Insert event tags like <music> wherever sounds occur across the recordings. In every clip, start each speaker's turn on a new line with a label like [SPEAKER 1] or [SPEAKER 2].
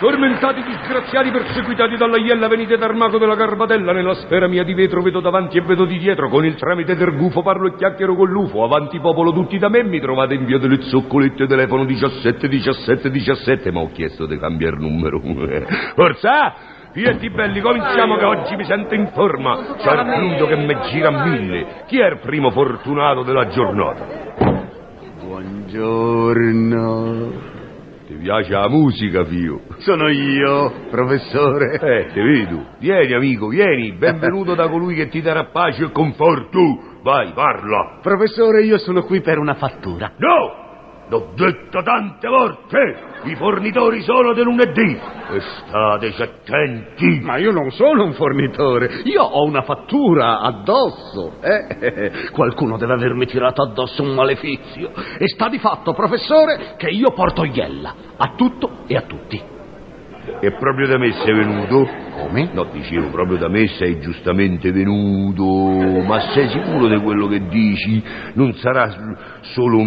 [SPEAKER 1] Tormentati, disgraziati, perseguitati dalla iella, venite d'armaco della carbatella. Nella sfera mia di vetro vedo davanti e vedo di dietro. Con il tramite del gufo parlo e chiacchiero con l'ufo. Avanti popolo, tutti da me mi trovate in via delle zoccolette, telefono 17 17 17. Ma ho chiesto di cambiare numero. <laughs> Forza! Fietti belli, cominciamo che oggi mi sento in forma. C'è il fluido che mi gira a mille. Chi è il primo fortunato della giornata?
[SPEAKER 2] Buongiorno.
[SPEAKER 1] Ti piace la musica, figlio?
[SPEAKER 2] Sono io, professore.
[SPEAKER 1] Eh, te vedo. Vieni, amico, vieni. Benvenuto da colui che ti darà pace e conforto. Vai, parla.
[SPEAKER 2] Professore, io sono qui per una fattura.
[SPEAKER 1] No! L'ho detto tante volte! I fornitori sono del lunedì! E stateci attenti!
[SPEAKER 2] Ma io non sono un fornitore, io ho una fattura addosso. Eh? <laughs> Qualcuno deve avermi tirato addosso un malefizio. E sta di fatto, professore, che io porto iella a tutto e a tutti.
[SPEAKER 1] E proprio da me sei venuto?
[SPEAKER 2] Come?
[SPEAKER 1] No, dicevo, proprio da me sei giustamente venuto. Ma sei sicuro di quello che dici? Non sarà s- solo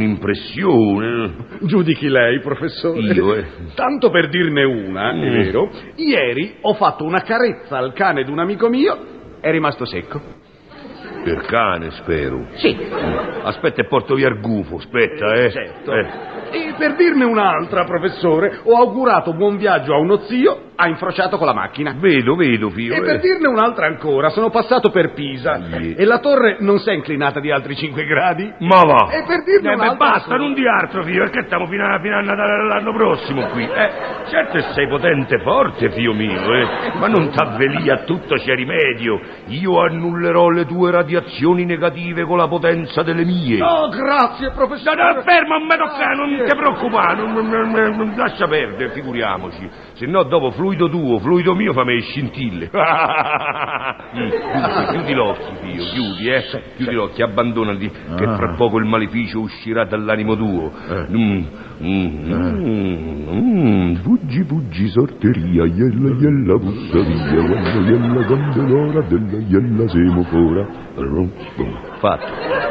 [SPEAKER 1] un'impressione?
[SPEAKER 2] Giudichi lei, professore.
[SPEAKER 1] Io, eh.
[SPEAKER 2] Tanto per dirne una, è
[SPEAKER 1] Mm.
[SPEAKER 2] vero, ieri ho fatto una carezza al cane di un amico mio, è rimasto secco.
[SPEAKER 1] Per cane, spero.
[SPEAKER 2] Sì,
[SPEAKER 1] Aspetta e porto via il gufo, aspetta, eh.
[SPEAKER 2] Certo.
[SPEAKER 1] Eh.
[SPEAKER 2] E per dirne un'altra, professore, ho augurato buon viaggio a uno zio, ha infrociato con la macchina.
[SPEAKER 1] Vedo, vedo, figlio.
[SPEAKER 2] E per
[SPEAKER 1] eh.
[SPEAKER 2] dirne un'altra ancora, sono passato per Pisa
[SPEAKER 1] Sì.
[SPEAKER 2] e la torre non si è inclinata di altri 5 gradi.
[SPEAKER 1] Ma va!
[SPEAKER 2] E per dirne
[SPEAKER 1] Eh, beh,
[SPEAKER 2] un'altra
[SPEAKER 1] basta,
[SPEAKER 2] solo.
[SPEAKER 1] non di altro, figlio, perché stiamo fino a, fino a Natale dell'anno prossimo qui. Eh, certo che sei potente e forte, figlio mio, eh, ma non t'avveli a tutto c'è rimedio. Io annullerò le tue radiazioni negative con la potenza delle mie.
[SPEAKER 2] Oh, grazie,
[SPEAKER 1] No,
[SPEAKER 2] professore.
[SPEAKER 1] no, fermo, non mi
[SPEAKER 2] ah,
[SPEAKER 1] toccare, non ti preoccupare, non, non- non- non- lascia perdere, figuriamoci. Se no dopo fluido tuo, fluido mio, fammi le scintille. <laughs> Mm, chiudi, chiudi l'occhio, figlio, chiudi, eh. Chiudi l'occhio, abbandonati, che fra poco il maleficio uscirà dall'animo tuo. Mm, mm, mm, mm. Fuggi, fuggi, sorteria, iella, iella, bussa via, quando iella, quando è l'ora della iella, siamo fora. Fatto.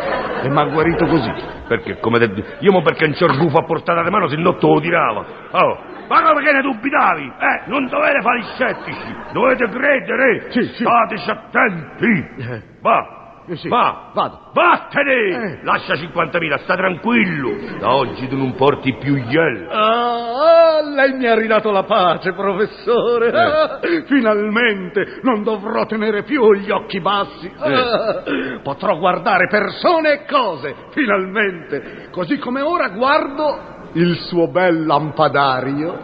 [SPEAKER 2] E mi ha guarito così.
[SPEAKER 1] Perché come te... Io mo perché non c'ho il gufo a portata di mano, se no te lo tiravo. Oh, ma come che ne dubitavi? Eh, non dovete fare i scettici, dovete credere.
[SPEAKER 2] Sì, sì.
[SPEAKER 1] Stateci attenti. Va,
[SPEAKER 2] Eh, sì.
[SPEAKER 1] va.
[SPEAKER 2] Vado. Eh.
[SPEAKER 1] Vattene! Lascia 50.000, sta tranquillo. Da oggi tu non porti più iel.
[SPEAKER 2] Ah, ah, lei mi ha ridato la pace, professore.
[SPEAKER 1] Eh.
[SPEAKER 2] Ah, finalmente non dovrò tenere più gli occhi bassi.
[SPEAKER 1] Eh.
[SPEAKER 2] Ah, potrò guardare persone e cose, finalmente. Così come ora guardo il suo bel lampadario.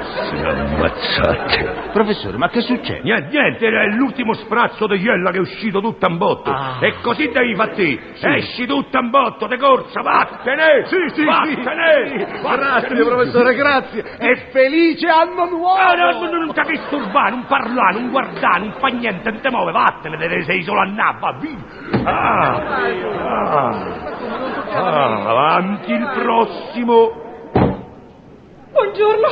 [SPEAKER 1] Si ammazzate.
[SPEAKER 2] Professore, ma che succede?
[SPEAKER 1] Niente, niente, è l'ultimo sprazzo di iella che è uscito tutto in botto.
[SPEAKER 2] Ah.
[SPEAKER 1] E così devi fare te. Esci tutto in botto, de corsa, vattene!
[SPEAKER 2] Sì, sì,
[SPEAKER 1] vattene!
[SPEAKER 2] sì.
[SPEAKER 1] vattene.
[SPEAKER 2] Grazie, professore, grazie. Oh, E felice anno nuovo!
[SPEAKER 1] Ah, no, no, no, non ti disturbare, non parlare, non guardare, non fa niente, non ti muove, vattene, te ne sei solo a nabba, via. Ah, ah, ah, avanti il prossimo.
[SPEAKER 3] Buongiorno,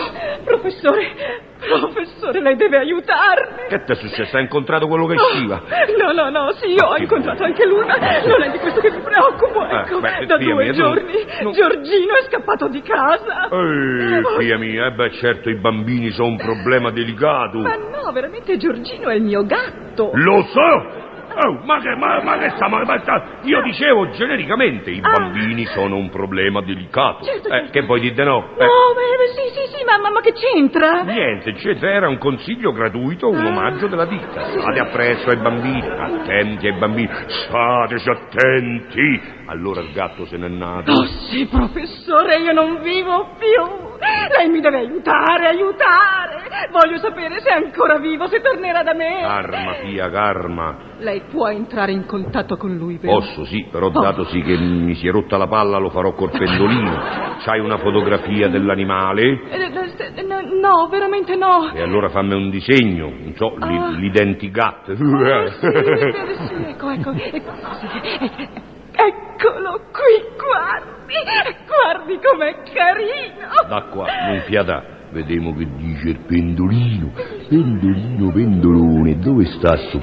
[SPEAKER 3] professore. Professore, lei deve aiutarmi.
[SPEAKER 1] Che ti è successo? Hai incontrato quello
[SPEAKER 2] Ah.
[SPEAKER 1] che usciva?
[SPEAKER 3] No, no, no, sì, io ho incontrato anche lui, ma non è di questo che mi preoccupo.
[SPEAKER 1] Ah,
[SPEAKER 3] Ecco,
[SPEAKER 1] beh,
[SPEAKER 3] da
[SPEAKER 1] via,
[SPEAKER 3] due
[SPEAKER 1] via, tu-
[SPEAKER 3] giorni
[SPEAKER 1] no.
[SPEAKER 3] Giorgino è scappato di casa.
[SPEAKER 1] Eh,
[SPEAKER 3] Oh,
[SPEAKER 1] figlia mia, eh, beh, certo i bambini sono un problema delicato.
[SPEAKER 3] Ma no, veramente Giorgino è il mio gatto.
[SPEAKER 1] Lo so! Oh, ma che, ma, ma che sta, ma, ma sta- Io dicevo genericamente, i
[SPEAKER 3] Ah.
[SPEAKER 1] bambini sono un problema delicato.
[SPEAKER 3] Certo,
[SPEAKER 1] Eh,
[SPEAKER 3] certo.
[SPEAKER 1] Che voi dite no?
[SPEAKER 3] No,
[SPEAKER 1] Eh,
[SPEAKER 3] ma ma sì, sì, sì, ma, ma- ma che c'entra?
[SPEAKER 1] Niente, c'entra, era un consiglio gratuito, un
[SPEAKER 3] Ah.
[SPEAKER 1] omaggio della ditta. State appresso ai bambini, attenti ai bambini, stateci attenti. Allora il gatto se n'è nato.
[SPEAKER 3] Oh sì, professore, io non vivo più. Lei mi deve aiutare, aiutare. Voglio sapere se è ancora vivo, se tornerà da me.
[SPEAKER 1] Karma, fia, karma.
[SPEAKER 3] Lei può entrare in contatto con lui, vero?
[SPEAKER 1] Posso, sì, però dato sì che mi si è rotta la palla lo farò col pendolino. C'hai una fotografia dell'animale?
[SPEAKER 3] Eh, eh, se- eh, No, no, veramente no.
[SPEAKER 1] E allora fammi un disegno, non so, li,
[SPEAKER 3] Ah.
[SPEAKER 1] li denti gatto.
[SPEAKER 3] eh, ecco, Sì, sì, ecco, ecco. eh, eh, Eccolo, eh, eccolo qui, guardi, guardi com'è carino.
[SPEAKER 1] <laughs> Da qua, non pietà. Vediamo che dice il pendolino. Pendolino, pendolone, dove sta sto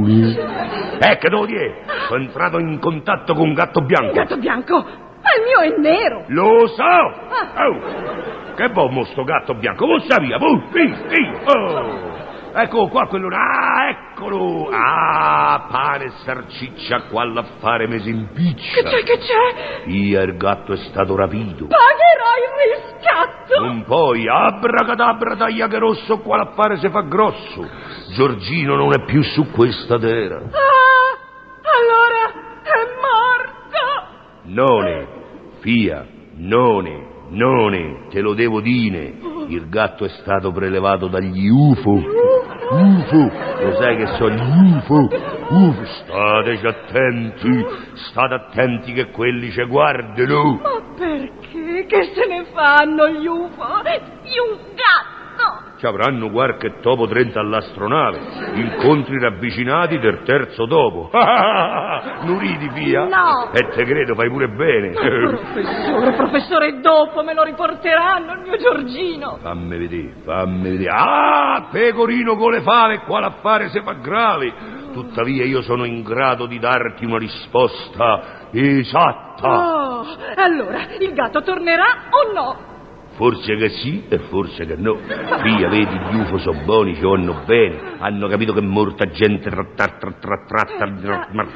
[SPEAKER 1] vermiglione? Ecco, dove è? Sono entrato in contatto con un gatto
[SPEAKER 3] Il
[SPEAKER 1] bianco.
[SPEAKER 3] gatto bianco, ma il mio è nero.
[SPEAKER 1] Lo so! Oh, che bombo sto gatto bianco, voi sapia, voi, sì, sì, oh. Ecco qua quello, ah, eccolo! Ah, pane e sarciccia qua l'affare mi si
[SPEAKER 3] Che c'è,
[SPEAKER 1] impiccia.
[SPEAKER 3] che c'è?
[SPEAKER 1] Io il gatto è stato rapito.
[SPEAKER 3] Pagherò il riscatto.
[SPEAKER 1] Non poi, abracadabra taglia che rosso qua l'affare si fa grosso. Giorgino non è più su questa terra.
[SPEAKER 3] Ah, allora è morto.
[SPEAKER 1] None, fia, none, none, te lo devo dire. Il gatto è stato prelevato dagli UFO. UFO, lo sai che sono gli UFO? UFO, stateci attenti, state attenti che quelli ci guardano.
[SPEAKER 3] Ma perché? Che se ne fanno gli UFO di un gatto?
[SPEAKER 1] Ci avranno qualche topo 30 all'astronave, incontri ravvicinati del terzo topo. <laughs> non ridi, fia?
[SPEAKER 3] No.
[SPEAKER 1] E te credo, fai pure bene.
[SPEAKER 3] <laughs> Professore, professore, dopo me lo riporteranno il mio Giorgino.
[SPEAKER 1] Fammi vedere, fammi vedere. Ah, pecorino con le fave, qua l'affare se fa grave. Tuttavia io sono in grado di darti una risposta esatta.
[SPEAKER 3] Oh, allora il gatto tornerà o no?
[SPEAKER 1] Forse che sì e forse che no. Via, vedi, gli UFO sono buoni, ci vanno bene. Hanno capito che è morta gente tra tra tra tra tra tra- tra- ma-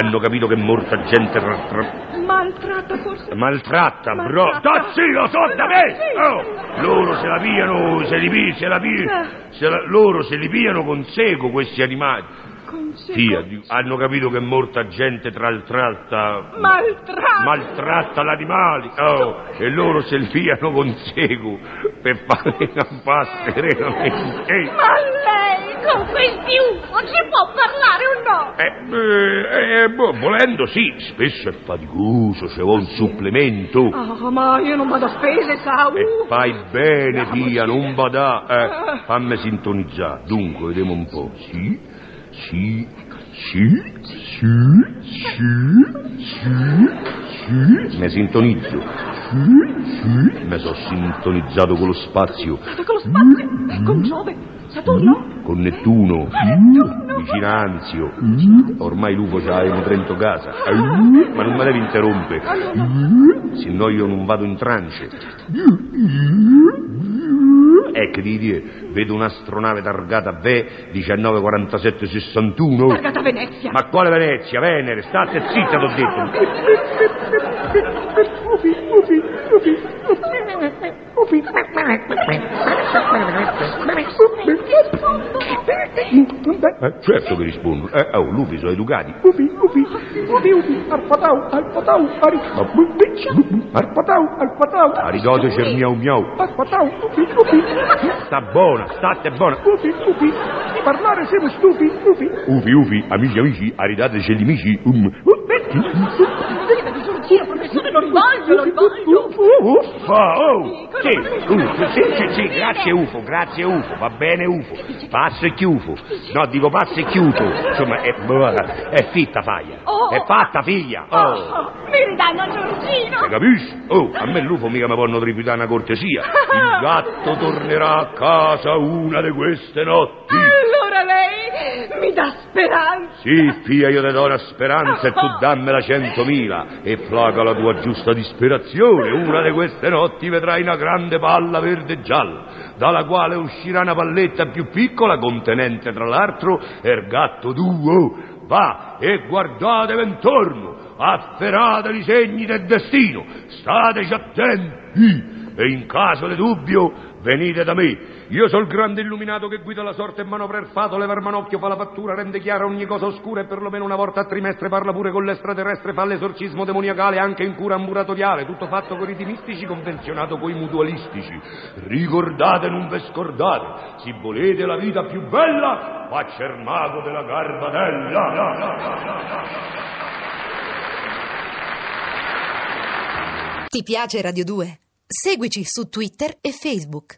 [SPEAKER 1] Hanno capito che è morta gente tra tra
[SPEAKER 3] Maltratta forse.
[SPEAKER 1] Maltratta, bro.
[SPEAKER 3] Maltratta.
[SPEAKER 1] Tazzino, so da me!
[SPEAKER 3] Sì.
[SPEAKER 1] Oh, loro se la pigliano, se li pi- se la pi-
[SPEAKER 3] Eh.
[SPEAKER 1] se la- loro se li pigliano con seco questi animali. Tia,
[SPEAKER 3] Concedo.
[SPEAKER 1] di- hanno capito che è morta gente traltratta.
[SPEAKER 3] Maltratta.
[SPEAKER 1] Maltratta l'animale, oh, e loro se li pigliano con seco per fare campasse veramente. Eh,
[SPEAKER 3] Ma lei con questi UFO ci può parlare o no?
[SPEAKER 1] eh, eh, boh, volendo sì, spesso è faticoso, se vuole un supplemento.
[SPEAKER 3] Ah, ma io non vado a spese, sa?
[SPEAKER 1] E
[SPEAKER 3] Uh.
[SPEAKER 1] Eh, fai bene, Pia, non badà. Eh, fammi sintonizzare. Dunque, vediamo un po'. Sì, sì, sì, sì, sì, sì, sì. Me sintonizzo. Sì, sì. Me sono sintonizzato con lo spazio.
[SPEAKER 3] Con lo
[SPEAKER 1] Mm.
[SPEAKER 3] spazio, Eh, con Giove, Saturno,
[SPEAKER 1] Con Nettuno,
[SPEAKER 3] Nettuno.
[SPEAKER 1] vicino a Anzio. Ormai l'UFO ce l'aveva Trento casa. Ma non me devi interrompere, se no io non vado in trance. Ecco, di dire, vedo un'astronave targata VE 194761.
[SPEAKER 3] targata Venezia.
[SPEAKER 1] Ma quale Venezia, Venere? State zitta, t'ho detto. Eh, certo che rispondo. Eh, oh, lupi sono educati.
[SPEAKER 4] Ubi, ubi, ubi, ubi, arpatau, arpatau, ari, arpatau, arpatau,
[SPEAKER 1] Aridote c'è il miau miau.
[SPEAKER 4] arpatau, ubi, ubi,
[SPEAKER 1] Sta buona, state buona.
[SPEAKER 4] ubi, ubi, di parlare siamo stupi, ubi.
[SPEAKER 1] Ufi, ufi, amici, amici, aridateci gli amici. Um.
[SPEAKER 3] Viva di Giorgino, professore, lo rivoglio, lo rivoglio.
[SPEAKER 1] Uffa, oh! Sì, Eh. ufo, sì, sì, sì, grazie UFO, grazie UFO, va bene UFO. Passo e chiufo. No, dico passo e chiuso. Insomma, è, è fitta faglia.
[SPEAKER 3] Oh.
[SPEAKER 1] È fatta figlia. Oh!
[SPEAKER 3] mi ridanno Giorgino.
[SPEAKER 1] Hai capisci? Oh, a me l'UFO mica mi possono tributare una cortesia. <laughs> Il gatto tornerà a casa una di queste notti.
[SPEAKER 3] Allora lei mi dà speranza.
[SPEAKER 1] Sì, fia, io ti do una speranza e tu dammela centomila e placa la tua giusta disperazione. Una di queste notti vedrai una grande palla verde e gialla, dalla quale uscirà una palletta più piccola contenente tra l'altro ergatto duo. Va e guardatevi intorno, afferrate i segni del destino, stateci attenti e in caso di dubbio venite da me. Io sono il grande illuminato che guida la sorte e manopra il fato, leva il manocchio, fa la fattura, rende chiara ogni cosa oscura e perlomeno una volta a trimestre parla pure con l'estraterrestre, fa l'esorcismo demoniacale anche in cura ambulatoriale, tutto fatto con riti mistici, convenzionato coi mutualistici. Ricordate, non ve scordate, se volete la vita più bella, faccia il mago della garbatella.
[SPEAKER 5] Ti piace Radio 2? Seguici su Twitter e Facebook.